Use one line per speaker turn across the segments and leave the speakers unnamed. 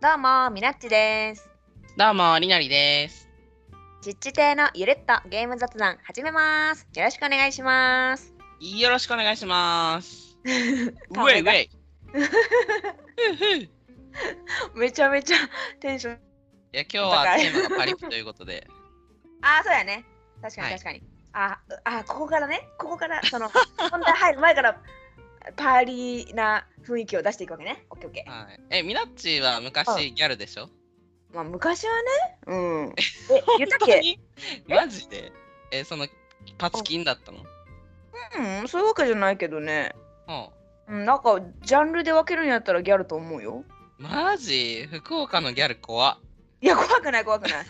どうも、みなっちです。
どうも、りなりです。
ちっち亭のゆるっとゲーム雑談始めます。よろしくお願いします。
よろしくお願いします。 ウ
顔
ェ
が
イウェイ。ふうふうい
めちゃめちゃテンション。
や、今日はテーマがパリピということ で。
ああ、そうやね。確かに
はい
確かに。あーあー、ここからね、ここから、その、本題入る前から、パーリーな雰囲気を出していくわけね。オッケーオッケー。
はい、え、みなっちは
はい
昔ギャルでしょ
まあ、昔はね、うん。え、言ったっけ
にマジでえ、そのパツキンだったの
うん、そういうわけじゃないけどね。
うん。
うん、なんか、ジャンルで分けるんやったらギャルと思うよ。
マジ福岡のギャル怖っ
いや怖くない怖くない。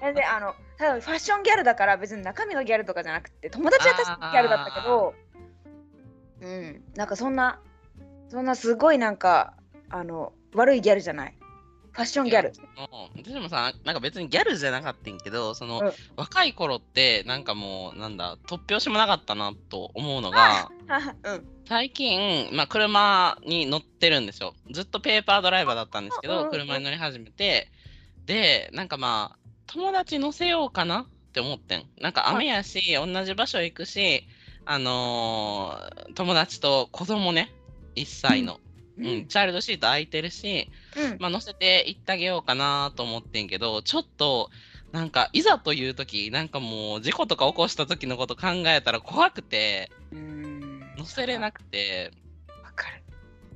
全然あのただファッションギャルだから別に中身がギャルとかじゃなくて友達は確かにギャルだったけどうんなんかそんなそんなすごいなんかあの悪いギャルじゃないファッションギャル。
うん私もさ、なんか別にギャルじゃなかったんやけど、その、
うん
若い頃って、なんかもう、なんだ、突拍子もなかったなと思うのが、
うん
最近、まあ、車に乗ってるんですよずっとペーパードライバーだったんですけ
うんうんう
ど
ん
車に乗り始めてでなんかまあ友達乗せようかなって思ってんなんか雨やし同じ場所行くしあのー友達と子供ね1歳の、
う
うんん、チャイルドシート空いてるし、
うん
まあ、乗せて行ってあげようかなと思ってんけどちょっとなんかいざという時なんかもう事故とか起こした時のこと考えたら怖くて
うん
乗せれなくて。
わかる。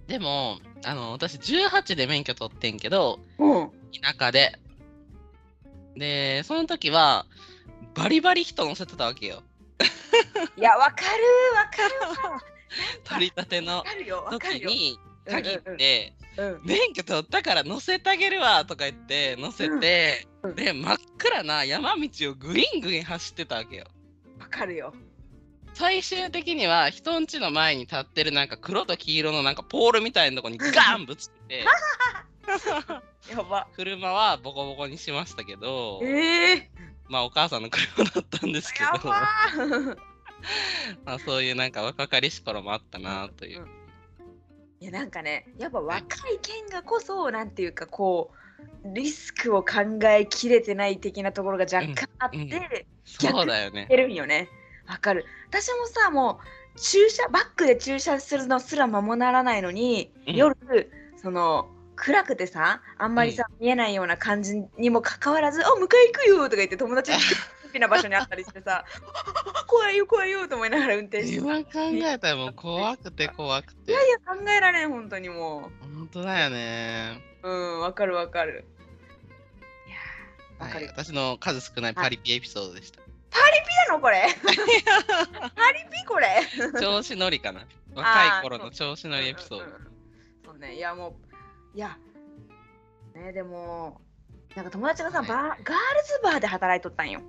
でもあの私18で免許取ってんけど
うん
田舎ででその時はバリバリ人乗せてたわ けよ
いやわかるわかるわ
取り立ての
わかるよわ
時
かるよ。
に限
うんうんう
っ
ん
て
うん
免許取ったから乗せてあげるわとか言って乗せてで真っ暗な山道をグイングイン走ってたわけよ
わかるよ。
最終的には人んちの前に立ってるなんか黒と黄色のなんかポールみたいなとこにガーンぶつけ て
やば。
車はボコボコにしましたけど
ええ
まあお母さんの車だったんですけ
や
ど、ま
ばー。
あそういうなんか若かりし頃もあったなという。
いやなんかねやっぱ若い県がこそなんていうかこうリスクを考えきれてない的なところが若干あって、
うんうん
やっ
そうだよね。
てるんよねわかる私もさもう駐車バックで駐車するのすら間もならないのに、
うん
夜その暗くてさあんまりさ、見えないような感じにもかかわらず「あ迎え行くよ」とか言って友達がピな場所にあったりして さ「怖いよ怖いよ」と思いながら運転していやい
今考えたらもう怖 くて怖くて。
や考えられん本当にもう。
本当だよね。
うん、わかるわかる。いやー、
は
わかる。
い、
よ
私の数少ないパリピエピソード でした。
なのこ れ。ハリピこれ。
調子乗りかな。若い頃の調子乗りエピソード。
そうね、いやもう、いや、ね、でも、なんか友達がさ、
はい
バーガールズバーで働いとったんよ。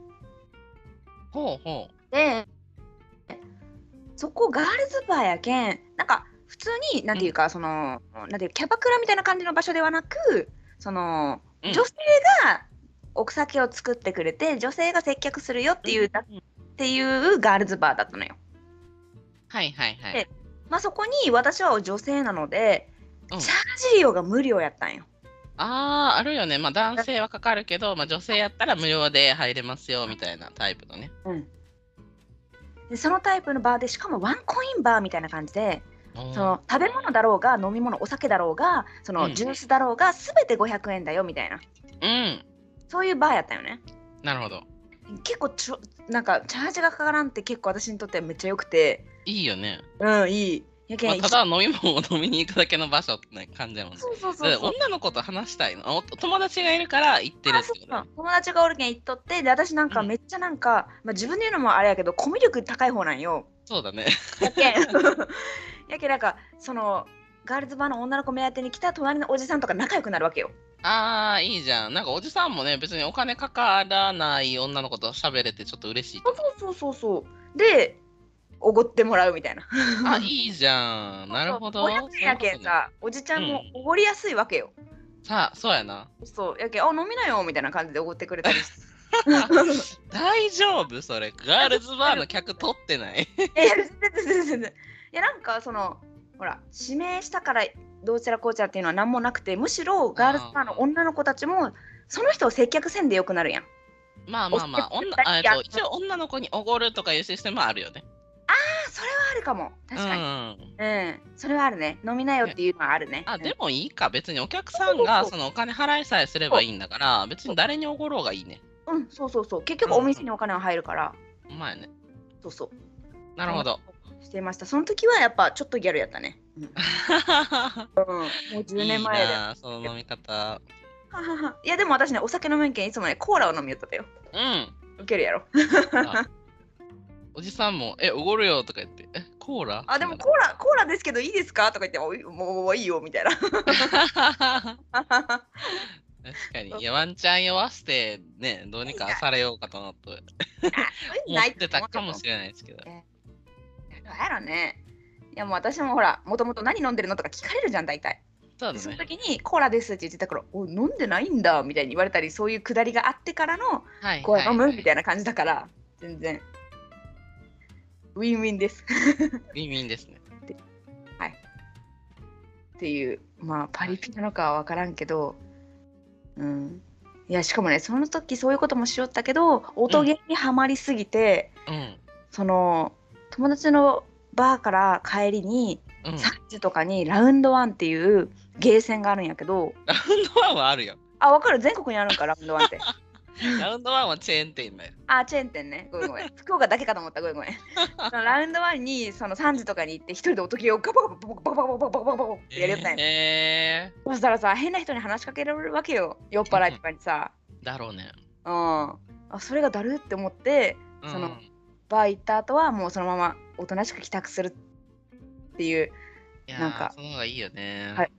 ほうほ
で、そこガールズバーやけん、なんか普通に、なんていうか、その、なんていうキャバクラみたいな感じの場所ではなく、その、
う。うん
女性がお酒を作ってくれて女性が接客するよっていう、だっていうガールズバーだったのよ。
はいはいは
で
い。
まあそこに私は女性なので、
うん
チャージ料が無料やったんよ。
ああ、あるよね。まあ男性はかかるけど、まあ女性やったら無料で入れますよみたいなタイプのね。
でそのタイプのバーでしかもワンコインバーみたいな感じで、
うん
その食べ物だろうが飲み物お酒だろうがそうの
ん
ジュースだろうが全て500円だよみたいな
うん。
そういうバーやったよね。
なるほど。
結構ちょなんかチャージがかからんって結構私にとってはめっちゃ良くて
いいよね。
うんいい。やけん
まあ、ただ飲み物を飲みに行くだけの場所ってね感じやもんね。
そうそうそう
だ
そう
から女の子と話したいの。あお友達がいるから行ってる
あ
って
そう
こ
そ
と
う友達がおるけん行っとってで私なんか
うん
めっちゃなんか、まあ、自分で言うのもあれやけどコミュ力高い方なんよ。
そうだね。
やけんやけんなんかそのガールズバーの女の子目当てに来た隣のおじさんとか仲良くなるわけよ。
ああ、いいじゃん。なんかおじさんもね、別にお金かからない女の子と喋れてちょっと嬉しいと
そう
思
そうそうそう。でおごってもらうみたいな。
う。あ、いいじゃん。なるほど。
500円やけんさおじちゃんもおごりやすいわけよ。
さあ、そうや な。
そうやけんあ飲みなよみたいな感じでおごってくれたりして。
大丈夫それ。ガールズバーの客取 ってない。
いやいや全然全然全然いやなんかそのほら指名したからどうちらこうちらっていうのは何もなくてむしろガールズバーの女の子たちもその人を接客せんでよくなるやん。
まあまあまあ、女あえっと一応女の子におごるとかいうシステムはあるよね。
あそれはあるかも確かに、
うん。
うん、それはあるね飲みなよっていうのはあるね
あ、で
も
もいいか、別にお客さんがそのお金払いさえすればいいんだから、別に誰におごろうがいいね。
うんそうそうそう結局お店にお金は入るから、
うまいね。
そうそう
なるほど。
していましたその時はやっぱちょっとギャルやったね、 うん、もう10年前で
いいなその飲み方。
いやでも私ねお酒飲めんけんいつもねコーラを飲みよっただよ
うん。
ウケるやろ
あおじさんも、え、おごるよとか言って、え、コーラ
あでもコーラコーラですけどいいですかとか言ってもうもうもういいよみたい な
ラ
あ
確かに。いや、ワンチャン酔わせて、ね、どうにかされようかと思って、思ってたかもしれないですけど。
ないどうやろねいやもう私もほらもともと何飲んでるのとか聞かれるじゃん大体
そう
で
だ
その
ね。
時に「コーラです」って言ってたから「おい飲んでないんだ」みたいに言われたりそういうくだりがあってからの
は
「
い
コーラ飲む」みた
い
いな感じだから全然ウィンウィンです
な。ビンビンですね。
っていうまあパリピなのかは分からんけどうんいやしかもねその時そういうこともしよったけど音ゲーにはまりすぎて、
うん。
その友達のバーから帰りに、
うん。
3時とかにラウンドワンっていうゲーセンがあるんやけど
ラウンドワンはあるよ。
あ分かる全国にあるんかラウンドワンって
ラウンドワンはチェーン店だよ。
あチェーン店ねごめんごめん 福岡だけかと思ったごめんごめんそのラウンドワンにその3時とかに行って一人で音ゲーをガバガバガバガバガバガバガバガバってやりよったんや、
え
そしたらさ変な人に話しかけられるわけよ酔っ払いとかにさ、
ー、だろうね。
うん、あそれがだるって思って
うん
そのバー行った後はもうそのままおとなしく帰宅するっていう、
いやー
なんか
その方がいいよね。
はい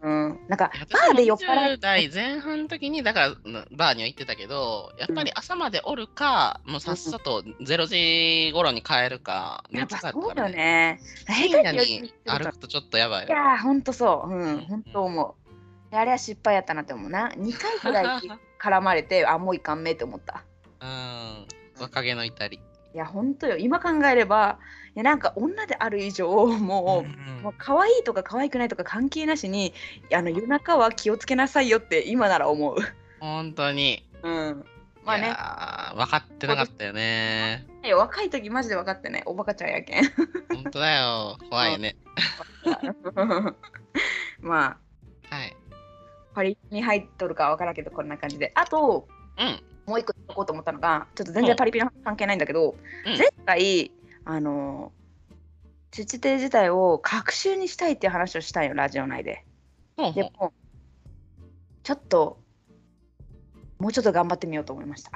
うん、なんか
いや私も
バーで酔っ払い
20代前半の時にだからなバーには行ってたけどやっぱり朝までおるか、もうさっさと0時頃に帰るか
やっ
熱
ぱ
か
そう
ら
よね
深
下
夜
手に酔っ
に
払い
歩くとちょっとやばい
い
よ。
やーほんとそうう
うんん
ほんと思うであれは失敗やったなって思うな2回くらい絡まれ てあもういかんめって思った
うん若気の至り。
いやほんとよ今考えればいやなんか女である以上もう、
うん
もう可愛いとか可愛くないとか関係なしにあの夜中は気をつけなさいよって今なら思う。
本当に。
うん、まあ
い
ね
やー分かってなかったよね。
いや若い時マジで分かってないおバカちゃんや けん。
本当だよ。怖いよね。
まあ
はい。
パリに入っとるかは分からんけどこんな感じであと
うん。
もう一個言おうと思ったのがちょっと全
う
然
ん
パリピの関係ないんだけど、
うん
前回あの父邸自体を隔週にしたいっていう話をしたんよラジオ内で。
ほうほ
で
う。
もちょっともうちょっと頑張ってみようと思いました。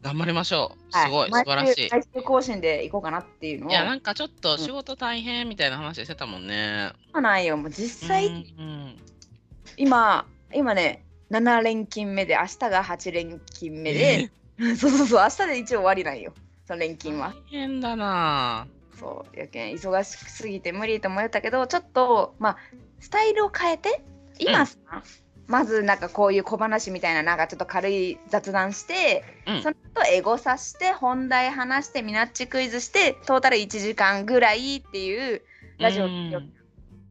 頑張りましょう。
は
すごい。素晴らしい。
毎週毎週更新で行こうかなっていうのを。
いや、なんかちょっと仕事大変みたいな話してたもんね。
そうなんよ。もう実際、
うん
今、今ね、7連勤目で、明日が8連勤目で、 そうそうそう、明日で一応終わりなんよ。その連勤は
大。変だな
そう、やけん、忙しすぎて無理と思ったけど、ちょっと、まあ、スタイルを変えて、今さ、まずなんかこういう小話みたいな、なんかちょっと軽い雑談して、
うん
その後エゴさして、本題話して、ミナッチクイズして、トータル1時間ぐらいっていうラジオを聞いておく
うん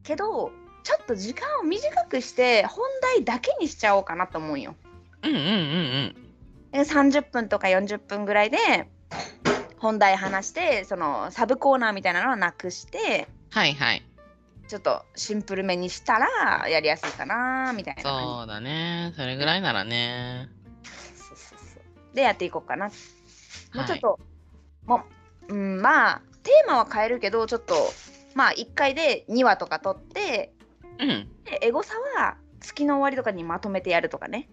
けどちょっと時間を短くして本題だけにしちゃおうかなと思うんよ。
うんうんうん
で30分とか40分ぐらいで本題話してそのサブコーナーみたいなのはなくして
はいはい
ちょっとシンプルめにしたらやりやすいかなみたいな感
そうだねそれぐらいならね
じそうそうそうでやっていこうかな。もうちょっと、もう、うん、まあテーマは変えるけどちょっとまあ1回で2話とか取って
はいうん
でエゴサは月の終わりとかにまとめてやるとかね。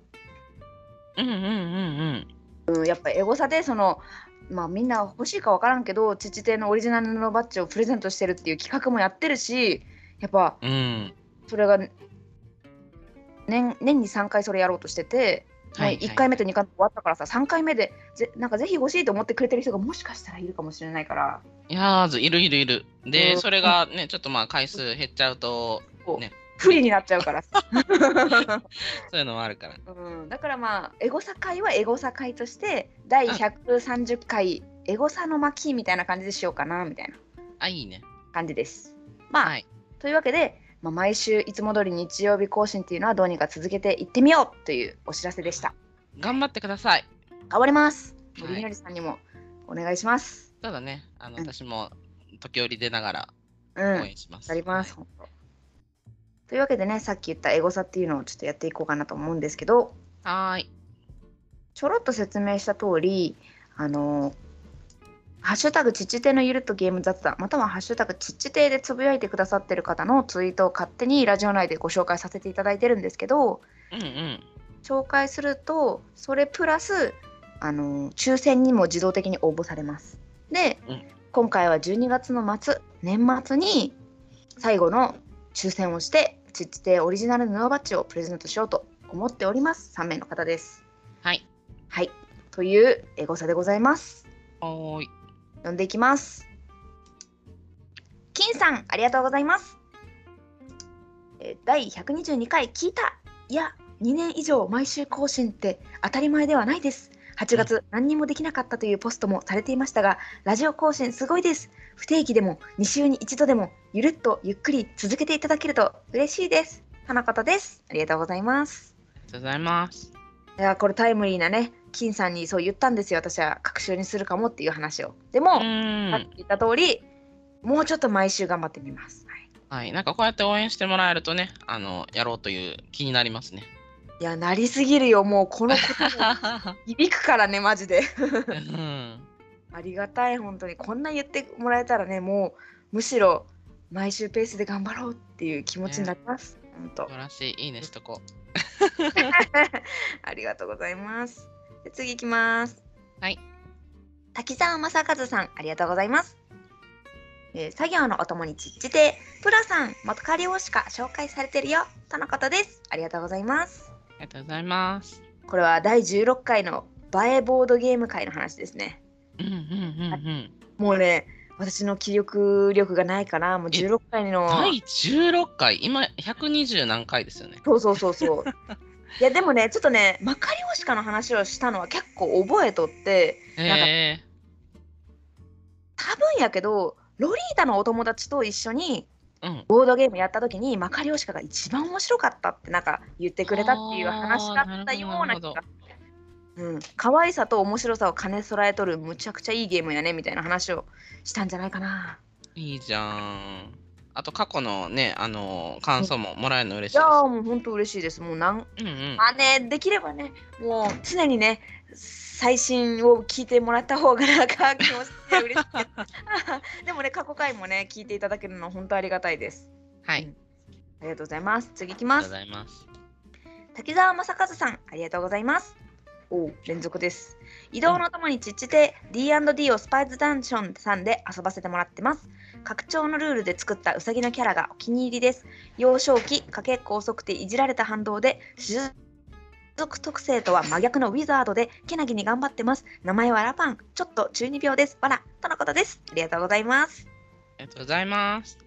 うんうんうんうん
やっぱエゴサでそのまあみんな欲しいか分からんけど父邸のオリジナルのバッジをプレゼントしてるっていう企画もやってるしやっぱ
うん
それが年年に3回それやろうとしてて、
はいはい
1回目と2回目終わったからさ3回目でぜなんかぜひ欲しいと思ってくれてる人がもしかしたらいるかもしれないから
いやーずいるいるいるで、
うん
それがねちょっとまあ回数減っちゃうと
こう
ね
不利になっちゃうから さ、
そういうのもあるから
うん、だからまあエゴサ会はエゴサ会として第130回エゴサの巻みたいな感じでしようかなみたいな
あいいね
感じです。まあ、
はい
というわけでまあ、毎週いつも通り日曜日更新っていうのはどうにか続けていってみようというお知らせでした。
頑張ってください。
頑張ります。
はい
森のりさんにもお願いします。
ただね、あの
うん
私も時折出ながら
う
応
ん。
援します。
あります、本当。というわけでね、さっき言ったエゴサっていうのをちょっとやっていこうかなと思うんですけど、
はーい。
ちょろっと説明した通り、あのハッシュタグちっちてのゆるっとゲーム雑談、またはハッシュタグちっちてでつぶやいてくださってる方のツイートを勝手にラジオ内でご紹介させていただいてるんですけど、
うんうん。
紹介すると、それプラス、あの抽選にも自動的に応募されます。で、
うん
今回は12月の末、年末に最後の抽選をして、ちっちてオリジナル布バッジをプレゼントしようと思っております。3名の方です。
はい。
はい、というエゴサでございます。
おーい。
読んでいきます。金さん、ありがとうございます。えー第122回聞いた。いや、2年以上毎週更新って当たり前ではないです。8月何にもできなかったというポストもされていましたが、ラジオ更新すごいです。不定期でも2週に1度でもゆるっとゆっくり続けていただけると嬉しいです。花形です。ありがとうございます。
ありがとうございます。
いやこれタイムリーなね金さんにそう言ったんですよ私は隔週にするかもっていう話をでも、
うー
さっ
ん。
き言った通りもうちょっと毎週頑張ってみます、はい、
はい。なんかこうやって応援してもらえるとね、あのやろうという気になりますね。
いやなりすぎるよもうこのことも響くからねマジで
うん。
ありがたい本当にこんな言ってもらえたらねもうむしろ毎週ペースで頑張ろうっていう気持ちになります、本当
素晴らしい。いいねしとこ
ありがとうございます。で次行きます。
はい。
滝沢正和さん、ありがとうございます。えー作業のお供にちっちて、プラさん、元カリをしか紹介されてるよ、とのことです。ありがとうございます。
う。ありがとうございます。
これは第16回の映えボードゲーム会の話ですね。
うんうんうんうん。
もうね、私の記憶力がないから、もう16回の。
第16回、今120何回ですよね。
そうそうそう そう。いやでもね、ちょっとね、マカリオシカの話をしたのは結構覚えとって、なんか
え
多分やけどロリータのお友達と一緒に
ー、うん。
ボードゲームやった時にマカリオシカが一番面白かったってなんか言ってくれたっていう話だったような気
あーなるほど
が
なる
うん、可愛さと面白さを兼ね備えとるむちゃくちゃいいゲームやねみたいな話をしたんじゃないかない
いじゃん。あと過去のね、あのー感想ももらえるの嬉し
い
い
や
で
ーもう本当嬉しいですもうなん
す。うんうん。
まあねできればねもう常にね最新を聞いてもらった方がなんか気持ちが嬉しい ですでもね過去回もね聞いていただけるのは本当ありがたいです
はい。あり
ありがとうございます次いきま
がとう
す
ございます。
滝沢正和さんありがとうございますおう連続です移動のともにちっちて D&D をスパイズダンジョンさんで遊ばせてもらってます拡張のルールで作ったウサギのキャラがお気に入りです幼少期かけっこ遅くていじられた反動で種族特性とは真逆のウィザードでけなぎに頑張ってます名前はラパンちょっと12秒ですわらとのことですありがとうございます
ありがとうございます。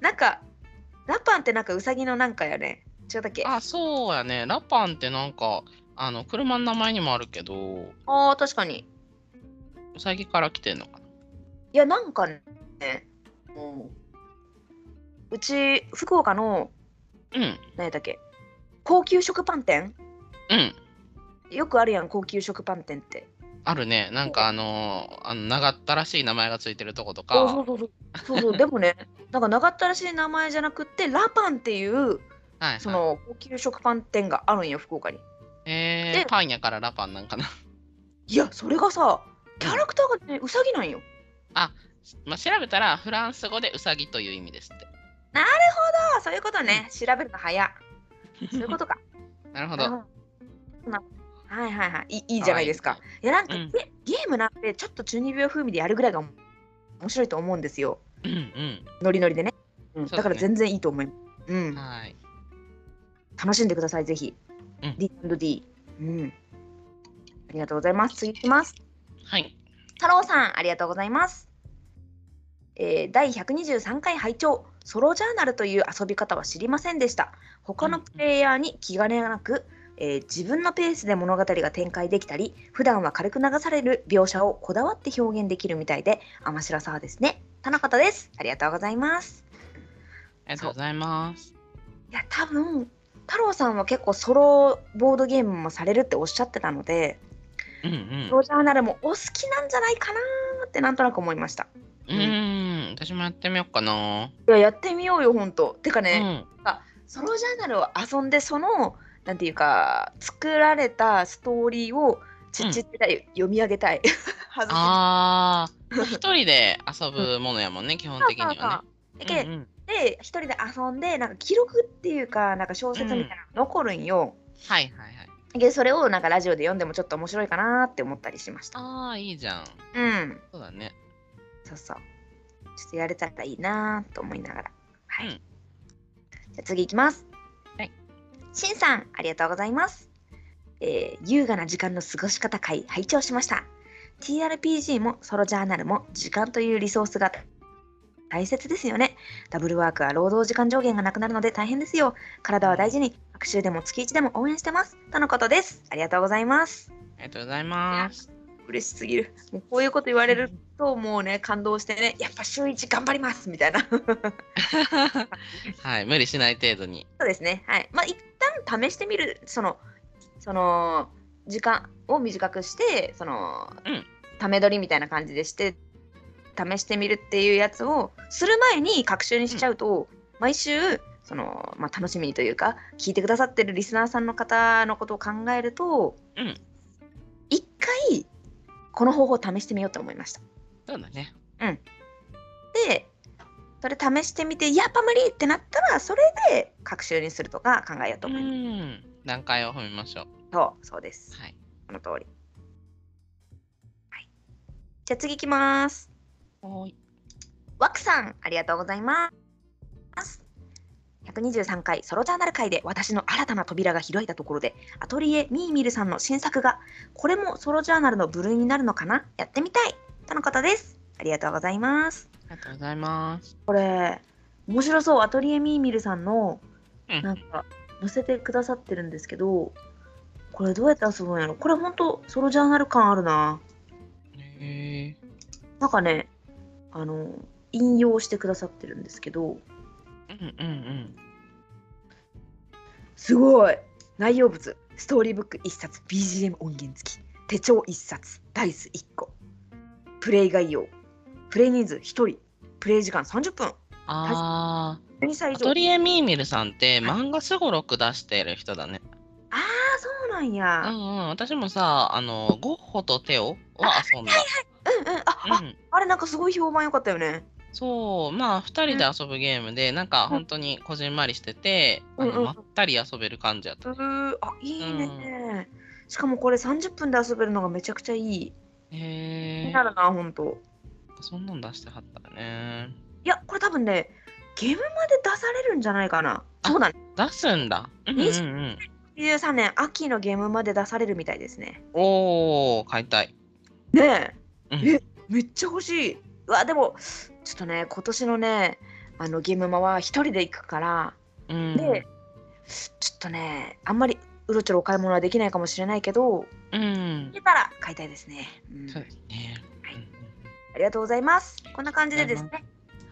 なんかラパンってなんかウサギのなんかやね違ったっけあ
あ、そうやね。ラパンってなんか、あの、車の名前にもあるけど、
あー確かに
ウサギから来てんのかな。
いやなんかね、うち福岡の
うん。
何だっけ高級食パン店
うん。
よくあるやん高級食パン店って
あるね。なんかあのーあの、長ったらしい名前がついてるとこと
あそう
か。
そうそうそうそうでもねなんか長ったらしい名前じゃなくってラパンっていう
はい、はい。
その高級食パン店があるんよ福岡に
え
で
ー、パンやからラパンなんかな。
いやそれがさキャラクターがねウサギなんよ
まあ、調べたらフランス語でウサギという意味ですって。
ああそういうことね調べるの早そういうことか
なるほ
な
ど。
るほどなはいはいはい、いいいいじゃないですか。いやなんか、
うん
ゲゲームなんてちょっと12秒風味でやるぐらいが面白いと思うんですよ。
うんうん。
ノリノリでね。うん
そうですね
だから全然いいと思います。うん、
はい。
楽しんでください、ぜひ。
うん
D&D、うん。ありがとうございます。次いきます。
はい。
太郎さん、ありがとうございます。えー第123回拝聴ソロジャーナルという遊び方は知りませんでした。他のプレイヤーに気兼ねがなく、えー自分のペースで物語が展開できたり、普段は軽く流される描写をこだわって表現できるみたいで、面白そうですね。田中田です。ありがとうございます。
ありがとうございます。
いや多分太郎さんは結構ソロボードゲームもされるっておっしゃってたので、
うんう
ソ
ん
ロジャーナルもお好きなんじゃないかなーってなんとなく思いました。
うーん、私もやってみようかな。
いややってみようよほんと。てか
う
ね、
ん、
ソロジャーナルを遊んでそのなんていうか作られたストーリーをちっちって読み上げたい。 恥ずか
ああ、まあ一人で遊ぶものやもんね、基本的には
しい
ね。
け
うんうん
で一人で遊んでなんか記録っていうかなんか小説みたいなの残るんよ。
はいはいはい。
でそれをなんかラジオで読んでもちょっと面白いかなーって思ったりしました。
ああ、いいじゃん。
うん、
そうだね。
そうそう。ちょっとやれたらいいなーと思いながら。はい。
うん
じゃあ次いきます。
はい。
しんさん、ありがとうございます。えー優雅な時間の過ごし方会、拝聴しました。TRPG もソロジャーナルも時間というリソースが大切ですよね。ダブルワークは労働時間上限がなくなるので大変ですよ。体は大事に、学習でも月1でも応援してます。とのことです。ありがとうございます。
ありがとうございます。
嬉しすぎる。もうこういうこと言われるともうね感動してねやっぱ週一頑張りますみたいな そ
はい、無理しない程度に。
うですねはいまあ一旦試してみるそのその時間を短くしてその、
うん
ため取りみたいな感じでして試してみるっていうやつをする前に隔週にしちゃうと、毎週その、まあ、楽しみにというか聞いてくださってるリスナーさんの方のことを考えると、
うん
一回この方法を試してみようと思いました。
そうだね。
でそれ試してみてやっぱ無理ってなったらそれで学習にするとか考えようと
う
思います、
ん、段階を踏みましょう。
そうそうです
はい。
この通り、はい、じゃあ次いきます
おい。
ワクさんありがとうございます123回ソロジャーナル会で私の新たな扉が開いたところでアトリエミーミルさんの新作がこれもソロジャーナルの部類になるのかなやってみたいとのことですありがとうございます
ありがとうございます。
これ面白そうアトリエミーミルさんの
うん
なんか載せてくださってるんですけどこれどうやって遊ぶんやろこれほんとソロジャーナル感あるな
へえ。
なんかねあの引用してくださってるんですけど
うんうんうん。
すごい内容物ストーリーブック1冊 BGM 音源付き手帳1冊ダイス1個プレイ概要プレイ人数1人プレイ時間30分
ああ。
12歳以
ア
上
トリエミーミルさんって漫画すごろく出してる人だね。
ああそうなん
うん
や、
うん。私もさ、あの、ゴッホとテオは遊んだ。
うん、うんあ、あ
うん。
あれなんかすごい評判良かったよね。
そう、まあ、2人で遊ぶゲームで、なんか本当にこじんまりしてて、あ
うんうん
のまったり遊べる感じやっ
う
た。
ーあいいね、しかもこれ30分で遊べるのがめちゃくちゃいい。気
へ
に
え
な。るな、ほんと。
そんなん出してはったね。
いや、これ多分ね、ゲームまで出されるんじゃないかな。そうだね。
出すんだ。うんうんうん。
23年秋のゲームまで出されるみたいですね。
おー、買いたい。
ね
う
え
ん、
え、めっちゃ欲しい。うわ、でも、ちょっとね、今年のね、あのゲームマは一人で行くから、
うん、
で、ちょっとね、あんまりうろちょろお買い物はできないかもしれないけど、
うん
見、たら買いたいですね。うん
そうですね。
はい
うん
ありがとうございます。こんな感じでですね、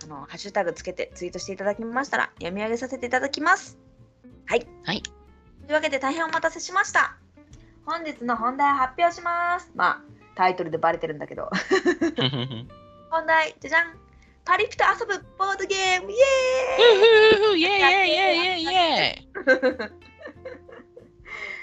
あのハッシュタグつけてツイートしていただきましたら読み上げさせていただきます。はい。
はい
というわけで大変お待たせしました。本日の本題発表します。まあタイトルでバレてるんだけど、
うんうん
本題じゃじゃん。パリピと遊ぶボードゲームイエ
うふふふイェイイェイイェイイェイイェイ
ーイ。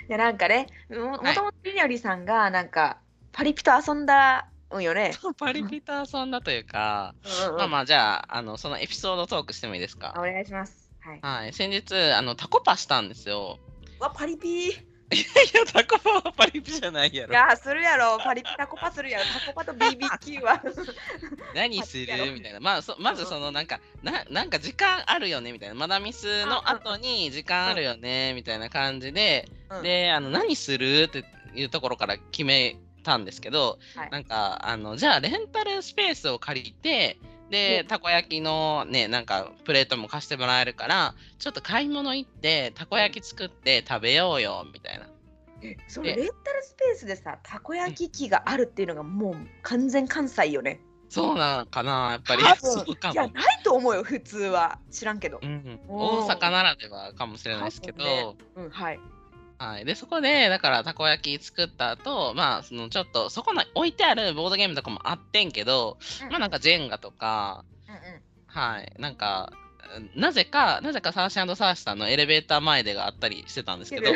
いやなんかね、ももともとりにょりさんがなんかパリピと遊んだんよね。
パリピターソンだというか、
うんうん
まあまあじゃああのそのエピソードトークしてもいいですか
あお願いします。はい。
はい、先日あのタコパしたんですよ。
うわパリピー。
いやタコパはパリピじゃないや
い
ろ。
やするやろパリピタコパするやろタコパと BBQ は
何する
パリピやろ
みたいな。まあそまずそのなんかななんか時間あるよねみたいな。マダミスの後に時間あるよねみたいな感じで、
うん
であの何するっていうところから決めたんですけど、
はい
なんかあのじゃあレンタルスペースを借りて。で
うん
たこ焼きのねなんかプレートも貸してもらえるからちょっと買い物行ってたこ焼き作って食べようよみたいな
そのレンタルスペースでさたこ焼き器があるっていうのがもう完全関西よね
そうなのかなやっぱり
多分
そうか
いや
も、
ないと思うよ普通は知らんけど
う、ん、
お
大
ー
阪ならではかもしれないですけど、
多分うん、はい
はい、でそこでだからたこ焼き作った後まあそのちょっとそこの置いてあるボードゲームとかもあってんけど、
うん
まあなんかジェンガとか
うんうん
はいなんかうんなぜかなぜかサーシーサーシさんのエレベーター前でがあったりしてたんですけど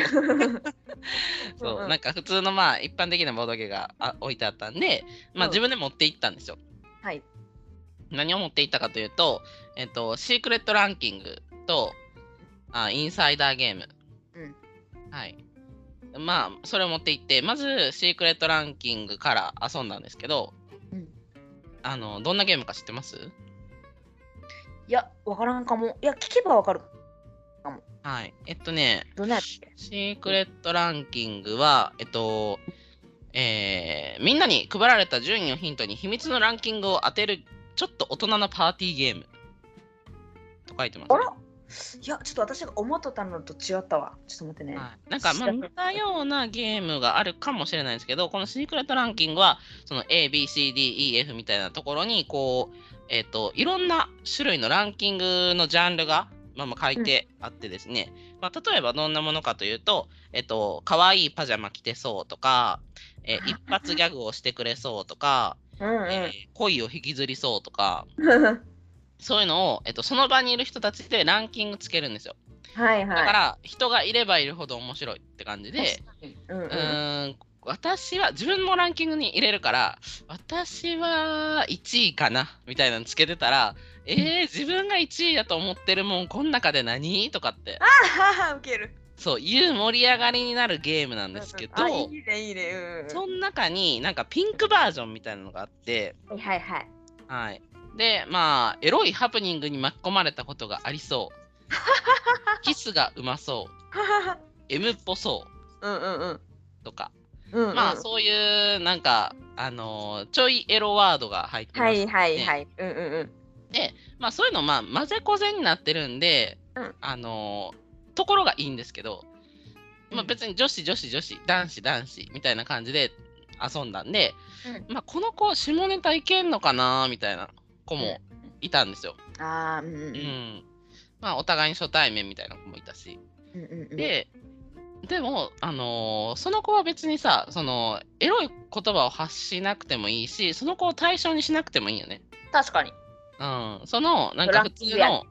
そう、なんか普通のまあ一般的なボードゲームがあ置いてあったんで、まあ、
うん
自分で持って行ったんですよ。
はい
何を持って行ったかというと、えっと、シークレットランキングとあインサイダーゲーム、
うん
はいまあそれを持って行ってまずシークレットランキングから遊んだんですけど、
うん
あのどんなゲームか知ってます
いやわからんかもいや聞けばわかる
はいえっとね
どんなやつっ
シークレットランキングはえっとえーみんなに配られた順位をヒントに秘密のランキングを当てるちょっと大人なパーティーゲームと書いてます、ね
あらけいやちょっと私が思っとったのと違ったわちょっと待ってね、
はい、なんか
知ら
まあ
な
似
かった
たようなゲームがあるかもしれないですけどこのシークレットランキングはその ABCDEF みたいなところにこう、えー、といろんな種類のランキングのジャンルが、まあ、まあ書いてあってですね、まあ、例えばどんなものかというと「えっと可愛いパジャマ着てそう」とか、えー一発ギャグをしてくれそう」とか、
うん
えー恋を引きずりそう」とか
うん
そういうのを、えっとその場にいる人たちでランキングつけるんですよ。
はいはい
だから人がいればいるほど面白いって感じで。
確かにうんう
うんーん私は自分もランキングに入れるから私は1位かなみたいなのつけてたらえー、自分が1位だと思ってるもんこの中で何とかって
あははウケる
そういう盛り上がりになるゲームなんですけど
うんうんあいいねいいねうんうん
その中になんかピンクバージョンみたいなのがあって
はいはいはい
はいでまあエロいハプニングに巻き込まれたことがありそう キスがうまそう
ははは
M っぽそ
うんうんうん
うとか
うんうん
まあそういうなんかあのーちょいエロワードが入ってます、
はいはいはいうんうんうん
まあそういうのまあ混ぜこぜになってるんで、
うん
あのーところがいいんですけど、まあ、
うん
別に女子女子女子男子男子みたいな感じで遊んだんで、
う
まあこの子下ネタいけんのかなみたいな子もいたんですよ。
ああうんうんう
うんんまあ、お互いに初対面みたいな子もいたし。
うんうんうん
で、でも、あのーその子は別にさそのエロい言葉を発しなくてもいいしその子を対象にしなくてもいいよね。
確かに
うん、そのなん
ブ
か
ラ
普
ッ
通
クや
の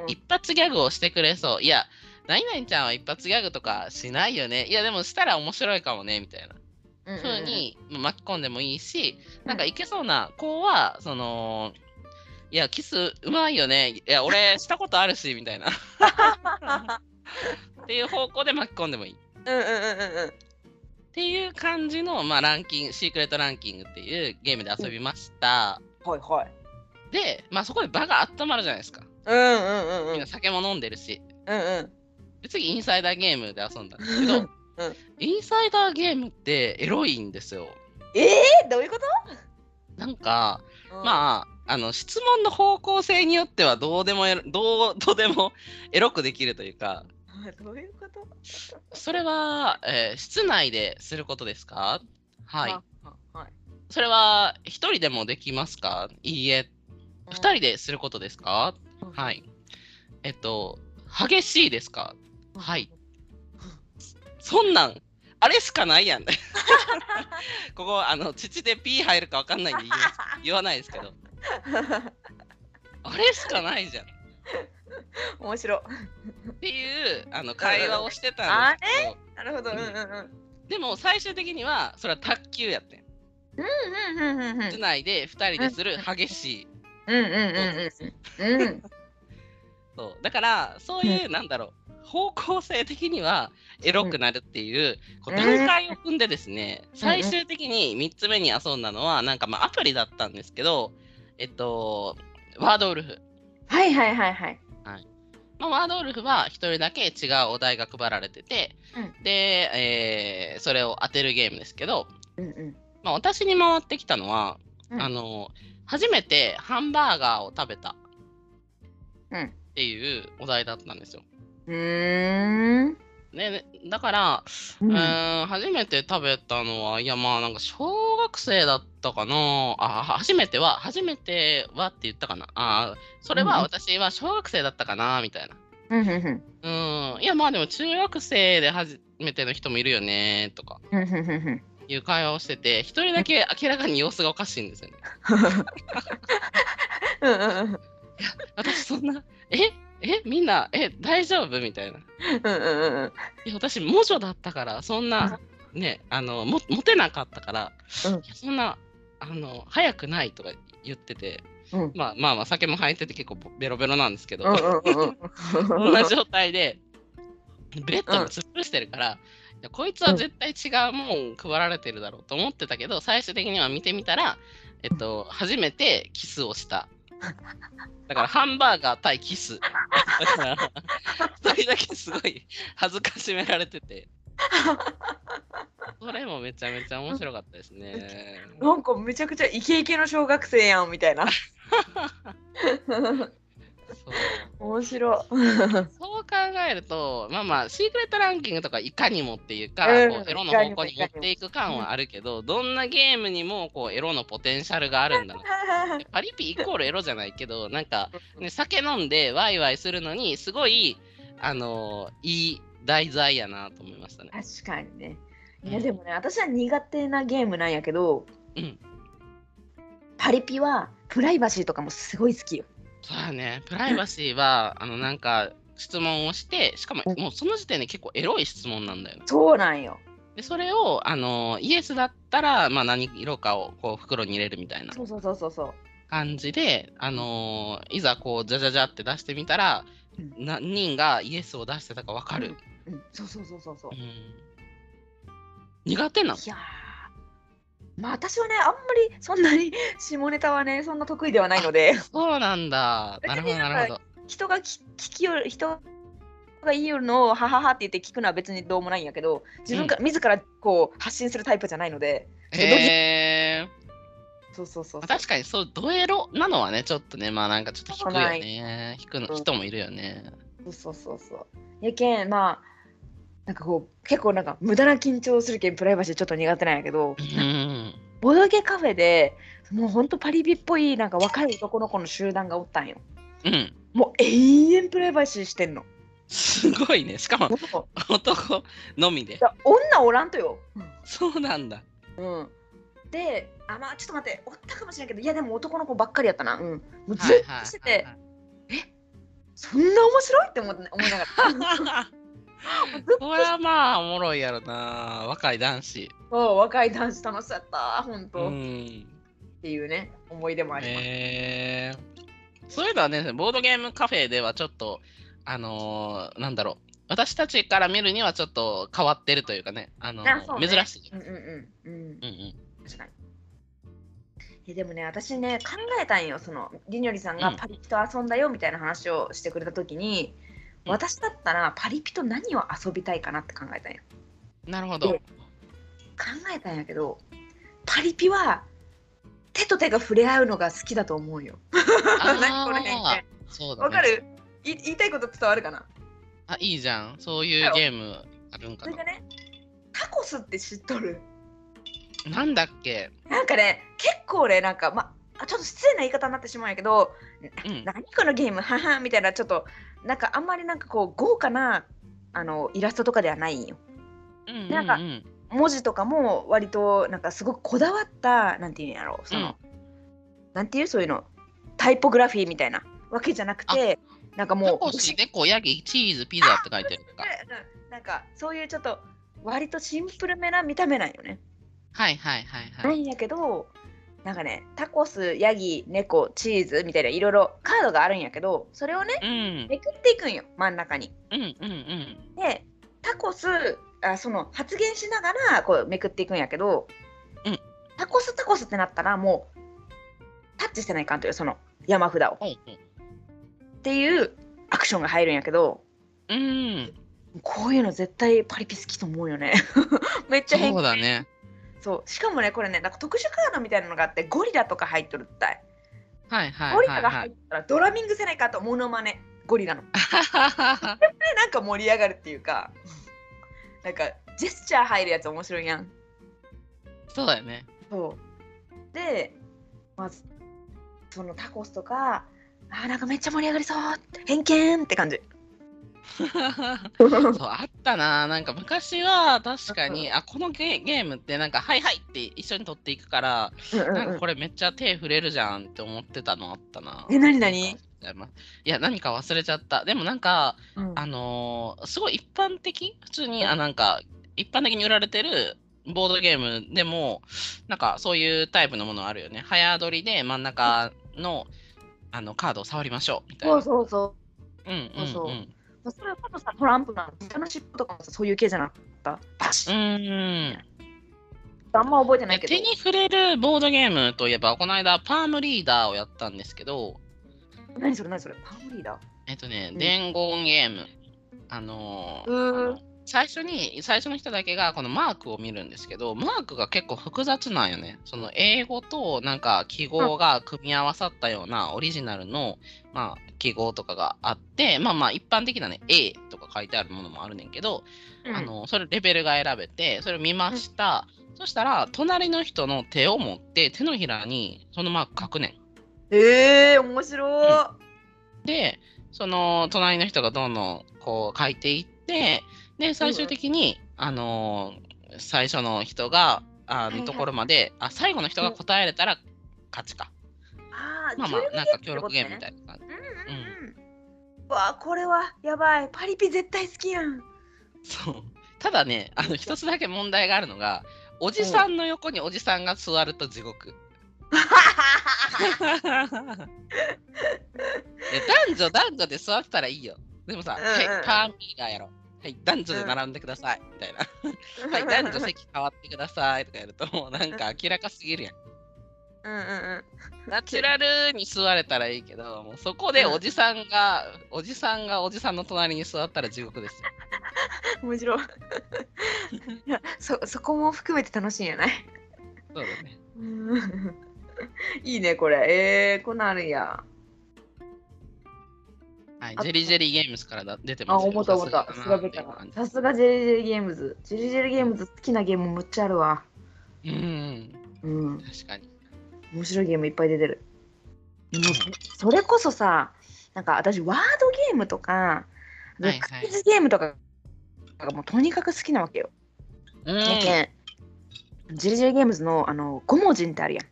うん
一発ギャグをしてくれそういや何々ちゃんは一発ギャグとかしないよねいやでもしたら面白いかもねみたいな
うんうんうん
風にまあ巻き込んでもいいしなんかいけそうな子はそのいやキスうまいよねいや俺したことあるしみたいなっていう方向で巻き込んでもいい。
うんうんうんうん
っていう感じの、まあ、ランキングシークレットランキングっていうゲームで遊びました、
はいはい
で、まあ、そこで場が温まるじゃないですか
うんうんうんう
みん
ん
な酒も飲んでるし
うんうん
別にインサイダーゲームで遊んだんですけど、
うん
インサイダーゲームってエロいんですよ
ええどういうこと
なんか、
あ
まああの質問の方向性によってはどうでもエロどう とでもエロくできるというか
どういうこと
それは、えー室内ですることですかはい
はい
それは一人でもできますかいいえ2人ですることですか、
うん
はい。えっと、激しいですかはいそんなん、あれしかない やん。ここ、あの、父で P 入るかわかんないんで 言います言わないですけど、あれしかないじゃん。っ
面白い
ていうあの会話をしてたんですけど、
なるほど
う
うんんうんうんうん
でも最終的には、それは卓球やってん。
うんうんうんうん
室内で2人でする激しい。
うんうん
そうだから、そういう、なんだろう、方向性的にはエロくなるっていうこう
うん
段階を踏んでですね、最終的に3つ目に遊んだのは、なんかまあアプリだったんですけど、えっと、ワードウルフ。
はいはいはいはい
まあ、ワードウルフは1人だけ違うお題が配られてて、
う
で、えーそれを当てるゲームですけど、
うんうん
まあ、私に回ってきたのは、
うん
あの初めてハンバーガーを食べた
うん
っていうお題だったんですよ。
うーん
ね、だから、
う
うんーん、初めて食べたのは、いや、まあ、なんか小学生だったかな。あ、初めては、初めてはって言ったかな。あ、それ
うんう
は
ん
私は小学生だったかな、みたいな。
うんうん
うん、いや、まあでも中学生で初めての人もいるよね、とか
うんうんうんうんうん
いう会話をしてて、一人だけ明らかに様子がおかしいんですよね。
うんうんうん
私そんな、ええみんな、え大丈夫みたいな。
うんうんうん
いや私魔女だったからそんなねあのもモテなかったから、
うん
いやそんなあの早くないとか言ってて、
うん
まあまあまあ酒も入ってて結構ベロベロなんですけど、
うんうんうん
同じ状態でベッドに突っ伏してるから、いやこいつは絶対違うもん配られてるだろうと思ってたけど最終的には見てみたら、えっと、初めてキスをした。だからハンバーガー対キス。だから一人だけすごい恥ずかしめられてて。それもめちゃめちゃ面白かったですね。
なんかめちゃくちゃイケイケの小学生やんみたいな
そう
面白
そう考えると、まあまあ、シークレットランキングとかいかにもっていうか、
うん
こうエロの方向に持っていく感はあるけど、どんなゲームにもこうエロのポテンシャルがあるんだな。パリピイコールエロじゃないけど、なんか、ね、酒飲んでワイワイするのに、すごい、あのーいい題材やなと思いましたね。
確かにね
うん
いやでもね私は苦手なゲームなんやけど、
うん
パリピはプライバシーとかもすごい好きよ
そうだね、プライバシーは、あの、なんか、質問をして、しかも、もうその時点で結構エロい質問なんだよね。
そうなんよ
で、それを、あのーイエスだったら、まあ、何色かをこう袋に入れるみたいな。
そうそうそうそうそう
感じで、あのーいざこうじゃじゃじゃって出してみたら、
うん
何人がイエスを出してたか分かる、
うんそうそうそうそうそう
う
い
ん苦手なの
やーまあ私はねあんまりそんなに 下ネタはねそんな得意ではないので
そうなんだなるほどなるほど
人がき聞きよる人が言いよるのを「ははは」って言って聞くのは別にどうもないんやけど自分から、自らこう発信するタイプじゃないので人の
へえ
そうそうそうそう
確かにそうドエロなのはねちょっとねまあなんかちょっと引くよね引くの
うん
人もいるよね、
そうそうそうそう。やけん、まあ、なんかこう、結構なんか無駄な緊張するけん、プライバシーちょっと苦手なんやけど
う、ん、
ボドゲカフェで、もうほんとパリピっぽい、なんか若い男の子の集団がおったんよ。
うん、
もう永遠プライバシーしてんの。
すごいねしかも
もうい
男のみで
や女おらんとよ。
そうなんだ
うん。で、あ、まあちょっと待って、おったかもしれんけど、いやでも男の子ばっかりやったな。うん。もうずっとしてて、
はい
そんな面白いって思って思いながら。
これはまあおもろいやろな若い男子
そう、若い男子楽しかった、ほん
う
と。っ
ん
ていうね、思い出もあります。
へえそういうのはねボードゲームカフェではちょっとあのーなんだろう私たちから見るにはちょっと変わってるというかね、あのー
あそうね
珍しい、
うんうんうん。うん
うんうん
確かに。えでもね、私ね、考えたんよ、その、りにょりさんが
うん
パリピと遊んだよみたいな話をしてくれたときに、
うん
私だったらパリピと何を遊びたいかなって考えたんよ。
なるほど
で。考えたんやけど、パリピは手と手が触れ合うのが好きだと思うよ。
あ
何これみたい
ーそう
な。
だ、ね、
わかるい言いたいこと伝わるかな
あいいじゃん。そういうゲームあるん
そ
か
れが
な。
ね、タコスって知っとる
なんだっけ
なんかね、結構ね、なんか、ま、あちょっと失礼な言い方になってしまうんやけど、
うん。
何このゲームははみたいなちょっとなんかあんまりなんかこう豪華なあのイラストとかではないんよ
うんうん
なんか
うん
文字とかも割となんかすごくこだわったなんていうんやろその、なんていうそういうのタイポグラフィーみたいなわけじゃなくてなんか
タ
もう
コ
どし
ス、猫、ヤギ、チーズ、ピザって書いてるとか。
うんなんかそういうちょっと割とシンプルめな見た目なんよね、
はいはいはい
な
はい。
いんやけどなんかねタコスヤギ猫チーズみたいないろいろカードがあるんやけどそれをね
うん
めくっていくんよ真ん中に。
うんうんうん。
でタコスあその発言しながらこうめくっていくんやけど、
うん
タコスタコスってなったらもうタッチしてないかんというその山札をっ
はいはい。
ていうアクションが入るんやけど
うん。
こういうの絶対パリピ好きと思うよね めっちゃ変
そうだね。
そうしかもねこれねなんか特殊カードみたいなのがあってゴリラとか入っとるったい
はいはい
ゴリ
は
ラ
い、
が
は
入っ
い。
たらドラミングせないかとモノマネゴリラのでなんか盛り上がるっていうかなんかジェスチャー入るやつ面白いやん
そうだ よね。
そうでまずそのタコスとかあーなんかめっちゃ盛り上がりそう偏見って感じ
そうあったななんか昔は確かにあこのゲゲームってなんか「はいはい」って一緒に取っていくからなんかこれめっちゃ手触れるじゃんって思ってたのあったな。
え何何
いや何か忘れちゃったでもなんか
うんうん
あのーすごい一般的普通にあなんか一般的に売られてるボードゲームでもなんかそういうタイプのものあるよね早取りで真ん中のあのカードを触りましょうみたい
そ
な
うそうそ
うんうんうん
そううそれはさトランプなの下の尻尾とかもさそういう系じゃなかったバシ
う
ッ
ーん
あんま覚えてないけど
手に触れるボードゲームといえばこの間パームリーダーをやったんですけど
何それ何それパンリーダー
えっとね、
うん
伝言ゲームあのー
うーん
あの最初に最初の人だけがこのマークを見るんですけどマークが結構複雑なんよねその英語となんか記号が組み合わさったようなオリジナルの、まあ、記号とかがあってまあまあ一般的なね A とか書いてあるものもあるねんけど、あのそれレベルが選べてそれを見ました、そしたら隣の人の手を持って手のひらにそのマーク書くねん。
えー、面白い、
でその隣の人がどんどんこう書いていってで最終的に、あのー最初の人があ
はいは
の
い
ところまで、あ最後の人が答えれたら勝ちか、
あー
まあま
協
あ
力
なんか
ゲ
協
ームってこと
力ゲームみ
ね
たいな感じ
うんうんうんうわあこれはやばいパリピ絶対好きや ん
そうただねあの一つだけ問題があるのがおじさんの横におじさんが座ると地獄いや男女男女で座ってたらいいよでもさ
うん
「
うん
はいパーミーガーやろ」はい「男女で並んでください」みたいなはい、男女席変わってくださいとかやるともうなんか明らかすぎるやん。
うんうんうん
ナチュラルに座れたらいいけど、もうそこでおじさんが、おじさんがおじさんの隣に座ったら地獄ですよ。
面白いいやそそこも含めて楽しいんやない
そうだね。
うんいいねこれえー、こんなんあるんや
はい、
あ
ジェリージェリーゲームズからだ出て
あ
ますよ
思った思った
さす
調
が
べ
だ
た
な
ら
っていう感
さすがジェリージェリーゲームズジェリージェリーゲームズ好きなゲームむっちゃあるわ
じうん、
うん
確かに。
面白いゲームいっぱい出てる。もうそれこそさ、なんか私、ワードゲームとか、
いはい
クイズゲームとかがもうとにかく好きなわけよ。
うん
やけんジェリジェリゲームズのあの5文字ってあるやん。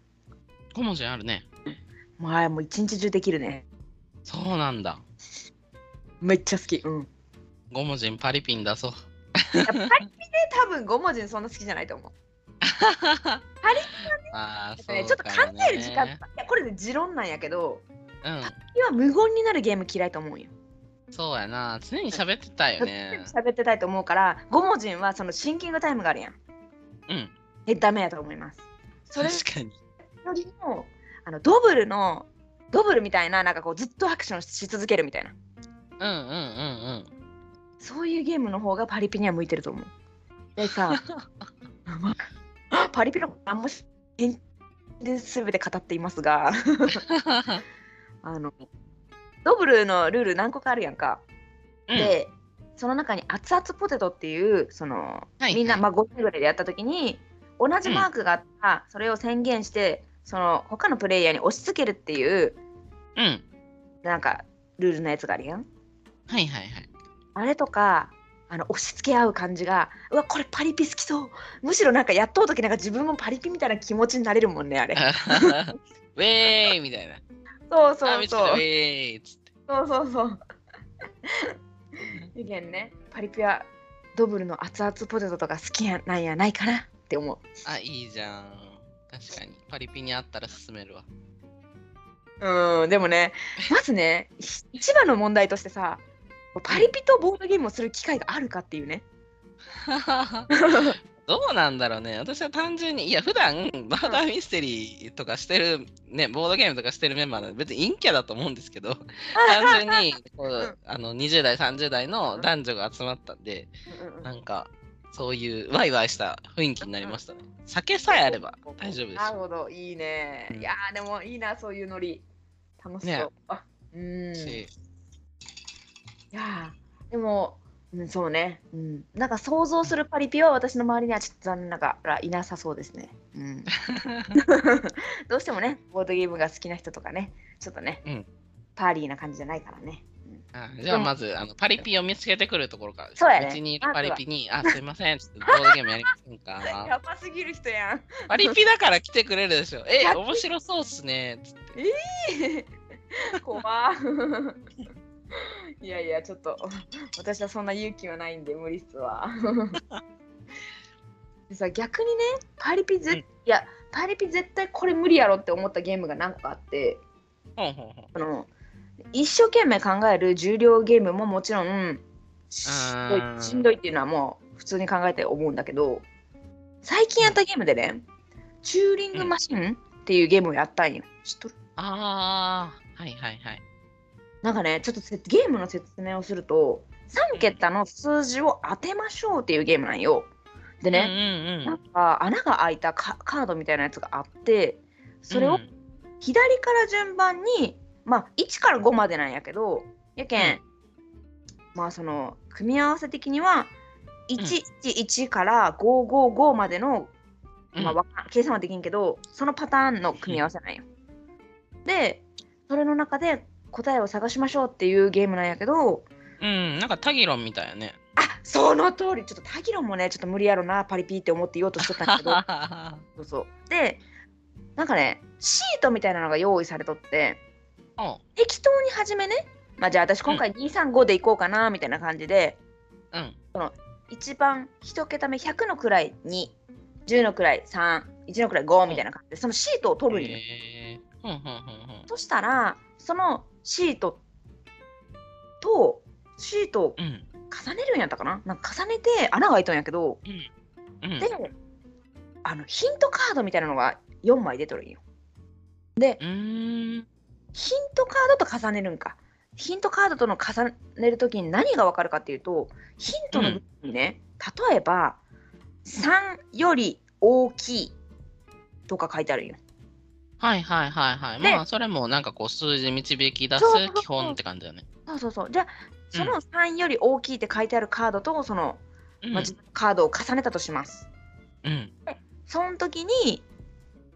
5文字あるね。
もうあれもう一日中できるね。
そうなんだ。
めっちゃ好き。うん。
5文字にパリピン出そう。
やっぱりね、多分5文字そんな好きじゃないと思う。
ああ、
だ
そ
から
う、ね。
ね、ちょっと考える時間、いやこれね、持論なんやけど、
う
今無言になるゲーム嫌いと思うんよ。
ん、そうやな。常に喋ってたよね。
喋ってたいと思うから、5文字はそのシンキングタイムがあるやん。
うん、
え、ダメやと思います。それ
確かに。
よりもあのドブルのドブルみたいななんかこうずっとアクションし続けるみたいな
うんうんうんうん。
そういうゲームの方がパリピには向いてると思うで さパリピのこと何もし偏見で全て語っていますがあのドブルのルール何個かあるやんか、
うん
でその中に熱々ポテトっていうその、
いはい
みんな、まあ、5人ぐらいでやった時に同じマークがあったら、それを宣言してその他のプレイヤーに押し付けるっていう
うん。
なんかルールのやつがあるやん
はいはい はい。
あれとかあの押し付け合う感じがうわこれパリピ好きそうむしろなんかやっとう時なんか自分もパリピみたいな気持ちになれるもんねあれ
ウェーイみたいな。
そう
あ
そう
見つけた
そ
ウェ
う
ーイっつって。
そうそうそう意見ねパリピはドブルの熱々ポテトとか好きやなんやないかなって思う
あ、いいじゃん。確かに。パリピにあったら勧めるわ。
うんでもねまずね一番の問題としてさパリピとボードゲームをする機会があるかっていうね
どうなんだろうね。私は単純に、いや、普段バーダーミステリーとかしてる、ね、ボードゲームとかしてるメンバーなんで、別に陰キャだと思うんですけど、単純にこ
うん
うあの20代、30代の男女が集まったんで、
うんうん
なんか、そういうワイワイした雰囲気になりましたね。酒さえあれば大丈夫です
な
よ
る。ほど、いいね。
うん
いやーでもいいな、そういうノリ。楽しそう。
ね
あうん。い
し
やーでも、うん、そうね、うん、なんか想像するパリピは私の周りにはちょっと残念ながらいなさそうですね、 うん、どうしてもねボードゲームが好きな人とかねちょっとね、
うん
パーリーな感じじゃないからね、うん
あじゃあまずあのパリピを見つけてくるところからです
そうやね
うちにいるパリピに「あすいません」ちょっとボードゲームやりませんか
やばすぎる人やん
パリピだから来てくれるでしょえ
やっ
面白そうっすねつって
怖いやいやちょっと私はそんな勇気はないんで無理っすわ でさ逆にねパリピぜ、
うん
いやパリピ絶対これ無理やろって思ったゲームが何個かあって
ほんほんほん
あの一生懸命考える重量ゲームももちろんしんど
うん
いしんどいっていうのはもう普通に考えて思うんだけど最近やったゲームでね、チューリングマシンっていうゲームをやったんよ知っとる
あーはいはいはい
なんかねちょっとせゲームの説明をすると3桁の数字を当てましょうっていうゲームなんよでね、
うんうん
な
う
ん
ん
か穴が開いたカカードみたいなやつがあってそれ
う
を
ん
左から順番にまあ1から5までなんやけどやけん、
うん
まあその組み合わせ的には111から555までの、
うん
まあ、わかん計算はできんけどそのパターンの組み合わせなんよ。でそれの中で答えを探しましょうっていうゲームなんやけど
うんなんかタギロンみたいよね
あその通りちょっとタキロンもねちょっと無理やろなパリピって思って言おうとしとったんやけどそうそうでなんかねシートみたいなのが用意されとって。
おう
適当に始めね、まあ、じゃあ私今回235でいこうかなみたいな感じで、
うん
一番1桁目100の位210の位31の位5みたいな感じでそのシートを取るんよ
へーふんふんふんふん
そしたらそのシートとシートを
うん
重ねるんやったかななんか重ねて穴が開いたんやけど
うん
であのヒントカードみたいなのが4枚出とるんよ
うーん
ヒントカードと重ねるんか。ヒントカードとの重ねるときに何がわかるかっていうと、ヒントの部分にね、例えば、3より大きいとか書いてあるんよ。
はいはいはいはい
で
まあそれもなんかこう数字導き出す
そうそうそう
基本って感じだよね
そうそうそう。じゃあ、その3より大きいって書いてあるカードと、その、
うん
まあ自分のカードを重ねたとします。
うん
その時に、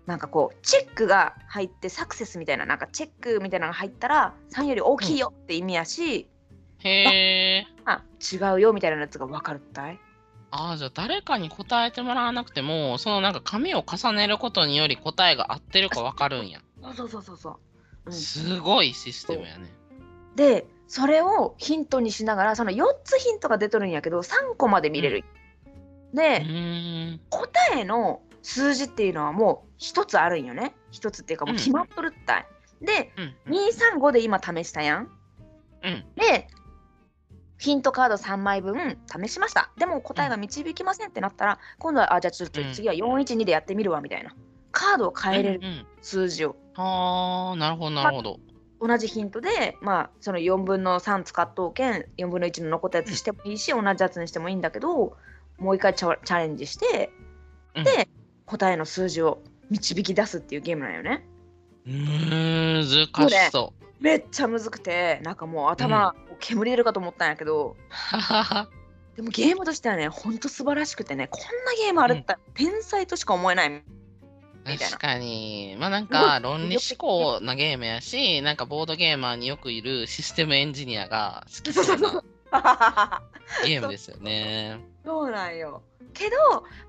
なんかこう、チェックが入って、サクセスみたいな、なんかチェックみたいなのが入ったら、3より大きいよって意味やし、
へえ
あ違うよみたいなやつがわかるったい
ああじゃあ誰かに答えてもらわなくてもそのなんか紙を重ねることにより答えが合ってるか分かるんや、
そうそうそうそう。うん
すごいシステムやね
でそれをヒントにしながらその4つヒントが出とるんやけど3個まで見れる、
う
で
ーん
答えの数字っていうのはもう1つあるんよね1つっていうかもう決まっとるったい、で
うんうん
235で今試したやん
うん
でヒントカード3枚分試しましたでも答えが導きませんってなったら今度はあじゃあちょっと
うん
次は412でやってみるわみたいなカードを変えれる
うんうん
数字を
あーなるほどなるほど、
同じヒントで、まあ、その4分の3使っとうけん4分の1の残ったやつしてもいいし、同じやつにしてもいいんだけどもう一回チャチャレンジして
うん
で答えの数字を導き出すっていうゲームなんよね。
難しそう
めっちゃむずくてなんかもう頭、煙出るかと思ったんやけど
ははは
でもゲームとしてはねほんと素晴らしくてねこんなゲームあるったら天才としか思えない。 みたいな
確かにまあなん
すご
か論理思考なゲームやしなんかボードゲーマーによくいるシステムエンジニアが好きそう なゲームですよね
そうなんよ。けど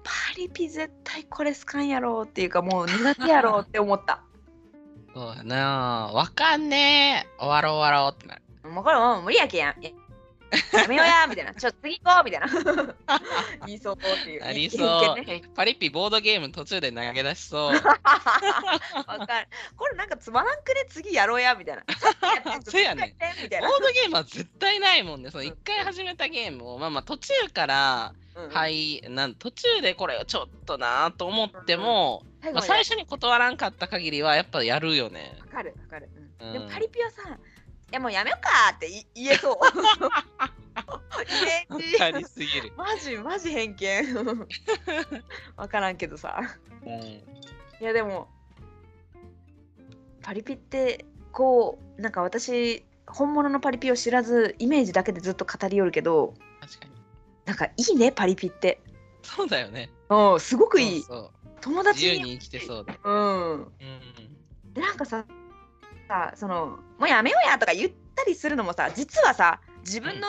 パリピ絶対これ好かんやろうっていうかもう苦手やろうって思った。
そうやなわかんねえ終わろう終わろうってなる
もうこれもう無理やけんや。ややめようやみ たいな。ちょっと次行こうみ たいな。言いそうっていう。
ありそう
偏見ね
パリッピボードゲーム途中で投げ出しそう
わかる。これなんかつまらんくね次やろうやみたいな。さっきやったつ
そうやね
次やってみたい
ボ
な。
ードゲームは絶対ないもんね。その一回始めたゲームを、まあまあ途中から、
うん
はい、なん途中でこれちょっとなと思っても、
最
ま
後ま
あ、
で
最初に断らんかった限りはやっぱやるよ ね。
わかるわかる、うん
うん
でもパリピはさ、いやもうやめようかってい言え そう。言えんし
やりすぎる。
マジマジ偏見。わからんけどさ。
うん
いやでもパリピってこうなんか私本物のパリピを知らずイメージだけでずっと語りよるけど
確かに。
なんかいいねパリピって
そうだよね。
うんすごくいい
そうそう
友
自
達
由
に
に生きてそうだ。
うん
うん。
でなんかささそのもうやめようやとか言ったりするのもさ実はさ自分の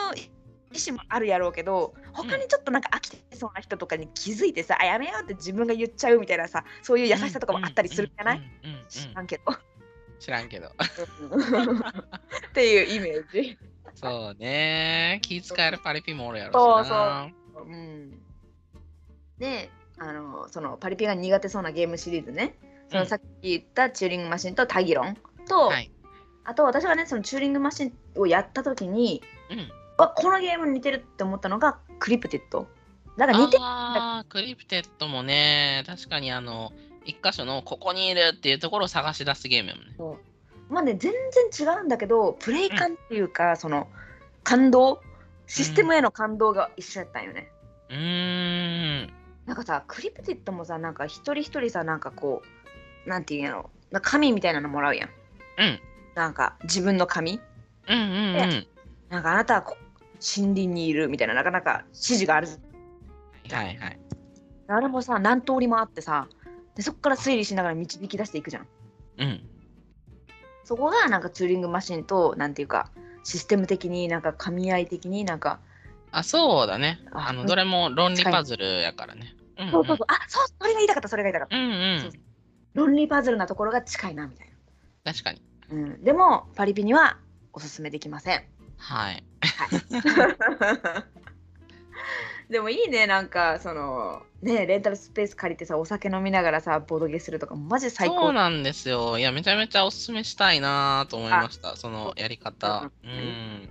意思もあるやろうけど他にちょっとなんか飽きてそうな人とかに気づいてさ、あやめようって自分が言っちゃうみたいなさそういう優しさとかもあったりするんじゃない、
うんうんうんうん
知
う
ら
ん
んけど。
知らんけど。
っていうイメージ。
そうね。気使えるパリピもおるやろ
そう
し
そ
な。
うん、であのそのパリピが苦手そうなゲームシリーズね、そのさっき言ったチューリングマシンとタギロンと、
はい。
あと私がねそのチューリングマシンをやった時に
うん。
わこのゲームに似てるって思ったのがクリプテッド。だから似て
ああ、クリプテッドもね、確かにあの、一箇所のここにいるっていうところを探し出すゲームやもんね。
まあね全然違うんだけどプレイ感っていうか、その感動システムへの感動が一緒やったんよね。
うーん。
なんかさクリプテッドもさなんか一人一人さなんかこうなんていうんやろなんか紙みたいなのもらうやん
うん。
なんか自分の紙
うんうんうん。
なんかあなたはこ森林にいるみたいななかなか指示がある
はいはい。
あれもさ何通りもあってさでそこから推理しながら導き出していくじゃん
うん。
そこがなんかチューリングマシンとなんていうかシステム的になんか噛み合い的になんか
あ、そうだね。
あ
あの、どれも論理パズルやからね。うんうん
そうそうそうあそうそれが言いたかったそれが言いたかった、
うんう
そうそ
ん
う。論理パズルなところが近いなみたいな、
確かに。
うん、でもパリピにはおすすめできません
はい。
でもいいねなんかそのねレンタルスペース借りてさお酒飲みながらさボードゲーするとかマジ最
そう
高
なんですよ。いや、めちゃめちゃおすすめしたいなと思いました。そのやり方。 うん。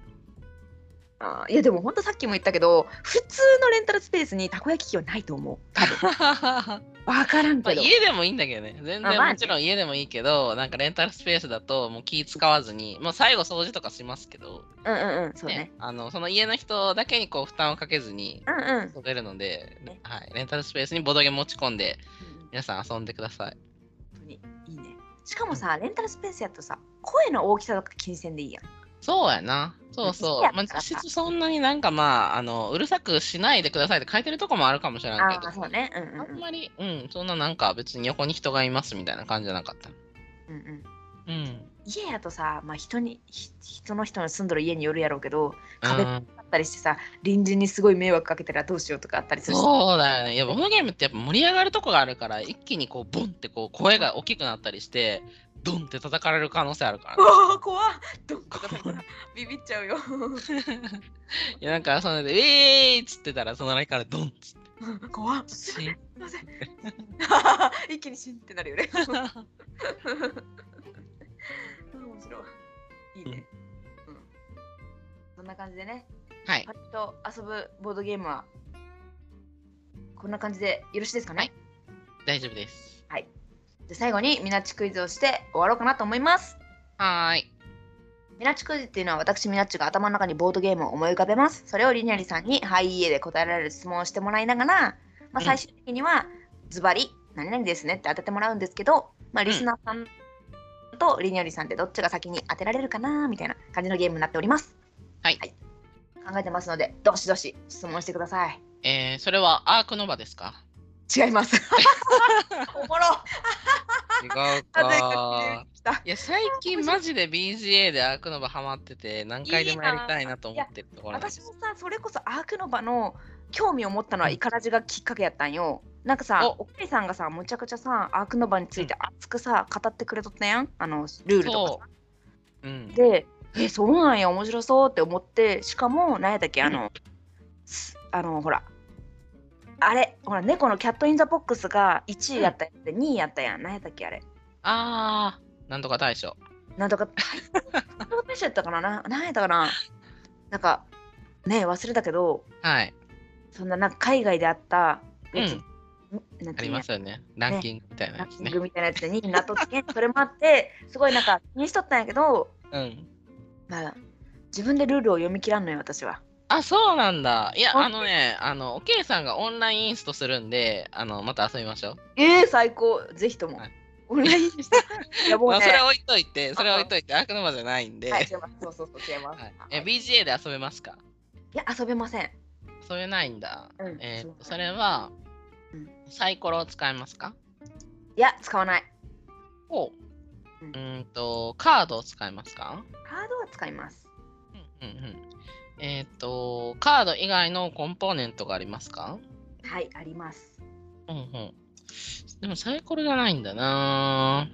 あいやでもほんとさっきも言ったけど普通のレンタルスペースにたこ焼き器はないと思う多分分からん
まあ
けど、
家でもいいんだけどね。全
あま
然
あね
もちろん家でもいいけど、なんかレンタルスペースだともう気使わずに、もう最後掃除とかしますけど、
うんうんうんそうね
あのその家の人だけにこう負担をかけずに
うんうん
遊べるので、はい、レンタルスペースにボドゲ持ち込んで
本
皆さん遊んでください。
当にいいねしかもさレンタルスペースやとさ声の大きさとか気にせんでいいやん
そうやな。そうそ
いや
う。まあ、実質そんなになんかまあ、あの、うるさくしないでくださいって書いてるとこもあるかもしれない
あ
けど。
あそうねうんうん
あ
うん
んまり、うん、そんななんか別に横に人がいますみたいな感じじゃなかった。
うんうん
うん。
家やとさ、まあ、人にひ人の人の住んどる家によるやろうけど壁
うん
あったりしてさ隣人にすごい迷惑かけたらどうしようとかあったりするし
そうだよね。やっぱこのゲームってやっぱ盛り上がるとこがあるから、一気にこう、ボンってこう、声が大きくなったりして、ドンって叩かれる可能性あるから
う
ね、
わー怖っどっかだったらビビっちゃうよ
いや、なんか、そので、えーいっつってたら、その隣からドンっつって。
怖っす
シーン
いません 一気にシンってなるよね面白いいいね、うんそんな感じでね
はい
パ。ッと遊ぶボードゲームはこんな感じでよろしいですかね、
はい大丈夫です。
じゃあ最後にみなっちクイズをして終わろうかなと思います
はーい。
ミナッチクイズっていうのは私ミナッチが頭の中にボードゲームを思い浮かべます。それをリニアリさんに「はいいいえ」で答えられる質問をしてもらいながら、ま
う
あ、
ん
最終的にはズバリ「何々ですね」って当ててもらうんですけど、まあ、リスナーさんとリニアリさんでどっちが先に当てられるかなみたいな感じのゲームになっております。
はい
考えてますのでどしどし質問してください。
えー、それはアークノバですか
違います。 おもろ
違うか
なぜか急に来た。
いや最近マジで BGA でアークノバハマってて何回でもやりたいなと思ってるところなんで
私
す
もさそれこそアークノバの興味を持ったのはイカラジがきっかけやったんよなんかさ
お
おかえさんがさむちゃくちゃさアークノバについて熱くさ語ってくれとったやんあのルールとかさ
そう、うん、
でえそうなんや面白そうって思ってしかも何やったっけあの、すあのほらあれほら猫のキャット・イン・ザ・ボックスが1位やったやつで2位やったやん何やったっけあれ
あーなんとか大将
なんと かなんとか大賞やったかなな何やったかななんかねえ忘れたけど
はい、
そんななんか海外であった
う
やつ、
ん、
ん、なん
あ
ていう
り
んや
ますよねランキングみたいな
ラ
や
ン
つ
キン
ね
グみたいなやつで2位になっと って、それもあって、すごいなんか気にしとったんやけど、
うん
まあ、自分でルールを読み切らんのよ、私は。
あそうなんだいや
あ
あのねあのおけいさんがオンラインインストするんであのまた遊びましょう
ええ最高、ぜひとも。
はい
オンライン でした。いやもう
ま
ね
あ、それは置いといて、それは置いといて、悪魔じゃないんで、
は、
はいい
違います。そうそうそう、違います。
え
はい
BGA で遊べますか
いや、遊べません。
それないんだ。
うん
えー
そう
それは
うん、
サイコロを使いますか
いや、使わない。
おう
うん
ーんと、カードを使いますか
カードは使います。
うんうんうん。えっ、と、カード以外のコンポーネントがありますか
はい、あります。
うんうん。でもサイコロじゃないんだな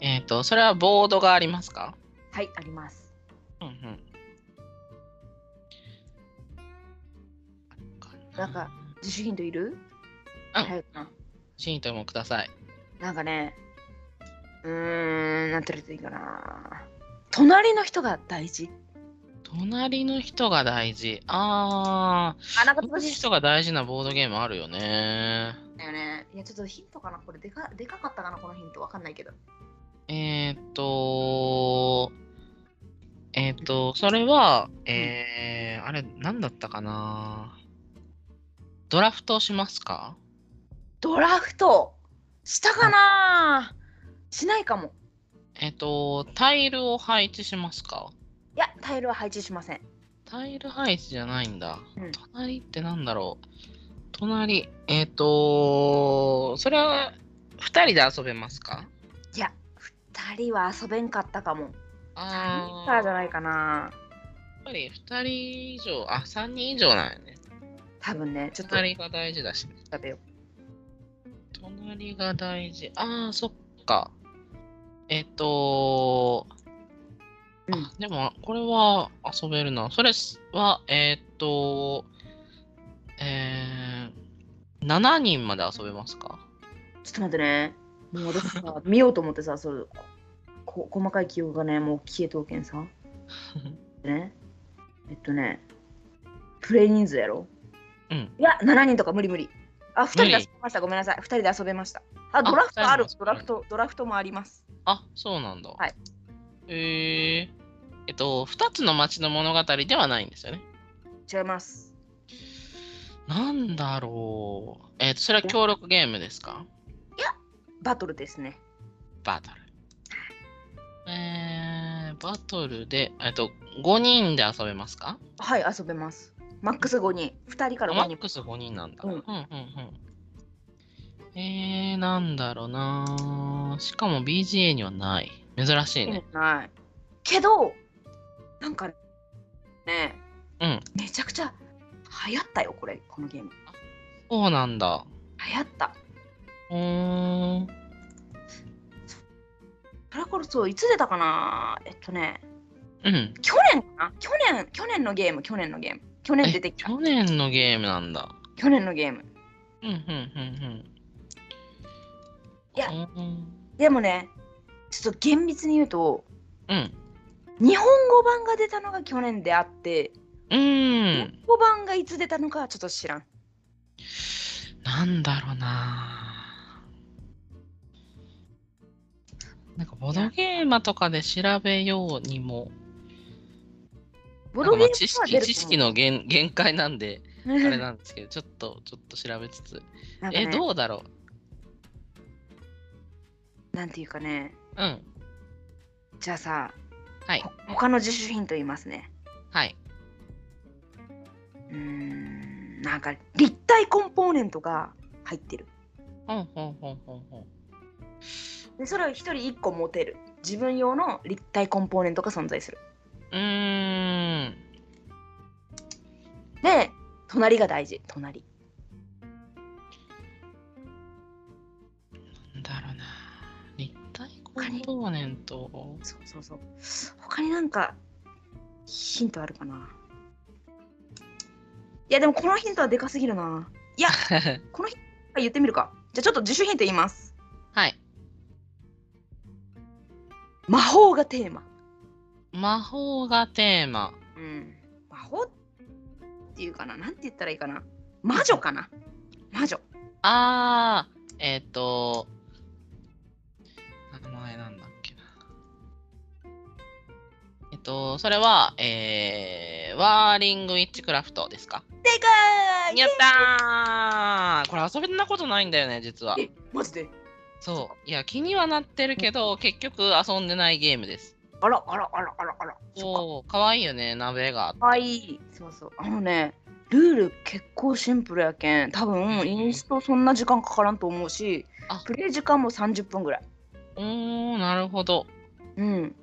えっ、と、それはボードがありますか
はい、あります。
うんうん。
なんか自主ヒントいる
うん
早くな
ヒントもください。
なんかね、うーん、なんて言うといいかな。隣の人が大事。
隣の人が大事。あー、
あ、なんか
隣の
年
人が大事なボードゲームあるよね。
だよね。いや、ちょっとヒントかな。これでかでかかったかな、このヒント。わかんないけど。
えーっと、えーっと、それは、えー、あれ、なんだったかなドラフトしますか
ドラフトしたかなしないかも。
えーっと、タイルを配置しますか
いや、タイルは配置しません。
タイル配置じゃないんだ。
うん
隣ってなんだろう隣、えーっと、それは、二人で遊べますか
いや、二人は遊べんかったかも。
あ
三人
ー
からじゃないかな。
やっぱり二人以上、あ、三人以上なんやね。
多分ね、ちょっと
隣が大事だしね。
食べよ
隣が大事。ああ、そっか。えっと、
うん
あでも、これは遊べるな。それは、えっと、えー、7人まで遊べますか
う。ちょっと待ってね。もう私 さ、見ようと思ってさ、それこ細かい記憶がね、もう消えとうけん さ。ね。えっとね、プレイ人数やろ
うん。
いや、7人とか無理無理。あ、2人で
無理
遊べました。ごめんなさい。2人で遊べました。あ、ドラフト
あ
ある
二。
ド
人で遊べ
ラフト、ドラフトもあります。
あ、そうなんだ。
はい。
えー、えっと、2つの町の物語ではないんですよね。
違います。
なんだろう。えっと、それは協力ゲームですか
バトルですね。
バトル。えー、バトルで、えっと、5人で遊べますか
はい、遊べます。マックス5人。2人から
マ
5
ッ
人。
クス5人なんだ。
うん
うんうん。えー、なんだろうなしかも BGA にはない。珍しいね。
ない。けど、なんかね、
うん
めちゃくちゃ流行ったよ、これ、このゲーム。
そうなんだ。
流行った。
うーん。
それこそ、いつ出たかなえっとね、
うん。
去年かな去年、去年のゲーム、去年のゲーム。去年出て
え
きた。
去年のゲームなんだ。
去年のゲーム。
うんうんうんうん。
いや
うん。
でもね、ちょっと厳密に言うと、
うん。
日本語版が出たのが去年であって、
う
日
ーん
本。語版がいつ出たのかはちょっと知らん。
なんだろうななんかボドゲーマとかで調べようにも
ボドゲーム
なんかまあ知識 知識の限限界なんで
あ
あれなんですけどちょっとちょっと調べつつ、えどうだろ
なんていうかね、
ううん
じゃあさ、
はい
ほ他の自主ヒント言いますね。
はいう
ーん、なんか立体コンポーネントが入ってる。
ほんほんほんほんほん
で、それを一人一個持てる。自分用の立体コンポーネントが存在する。
うーん
で、隣が大事。隣。
なんだろうな立体コンポーネント
そうそうそう。他になんかヒントあるかないや、でもこのヒントはでかすぎるな。このヒント言ってみるか。じゃあちょっと自主ヒント言います。
はい
魔法がテーマ。
魔法がテーマ
うん、魔法っていうかななんて言ったらいいかな魔女かな魔女
あー、えっ、と、名前なんだっけな。えっ、と、それは、えー、ワーリングウィッチクラフトですか
でかい
やったーこれ遊べんなことないんだよね、実は。
えマジで
そういや気にはなってるけど結局遊んでないゲームです
あらあらあらあらあら。そっ
おおかわいいよね鍋があって
かわいい。そうそう。あのね、ルール結構シンプルやけん。多
う
分
ん
インストそんな時間かからんと思うし
あ、
プレイ時間も30分ぐらい。
おーなるほど
うん。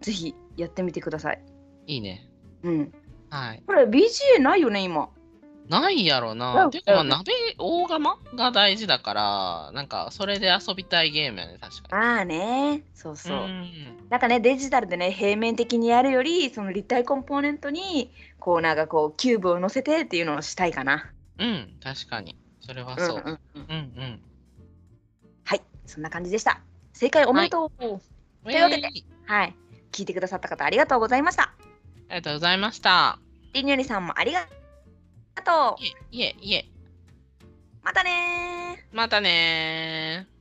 ぜひやってみてください。
いいね
うん。
はい
これ BGA ないよね今。
ないやろ
な
ないてかまあ
うん
鍋大釜が大事だからなんかそれで遊びたいゲームやね確かに
ああね。そうそう。
ん
なんかねデジタルでね平面的にやるよりその立体コンポーネントにこうなんかこうキューブを乗せてっていうのをしたいかな。
うん確かにそれはそう、
んんう
うん
ん
うん、うん
はい。そんな感じでした。正解おめでとう。
と
いうわけではい。聞いてくださった方ありがとうございました。
ありがとうございました
りんよりさんもありがとう。
いえいえいえ
またねー。
またねー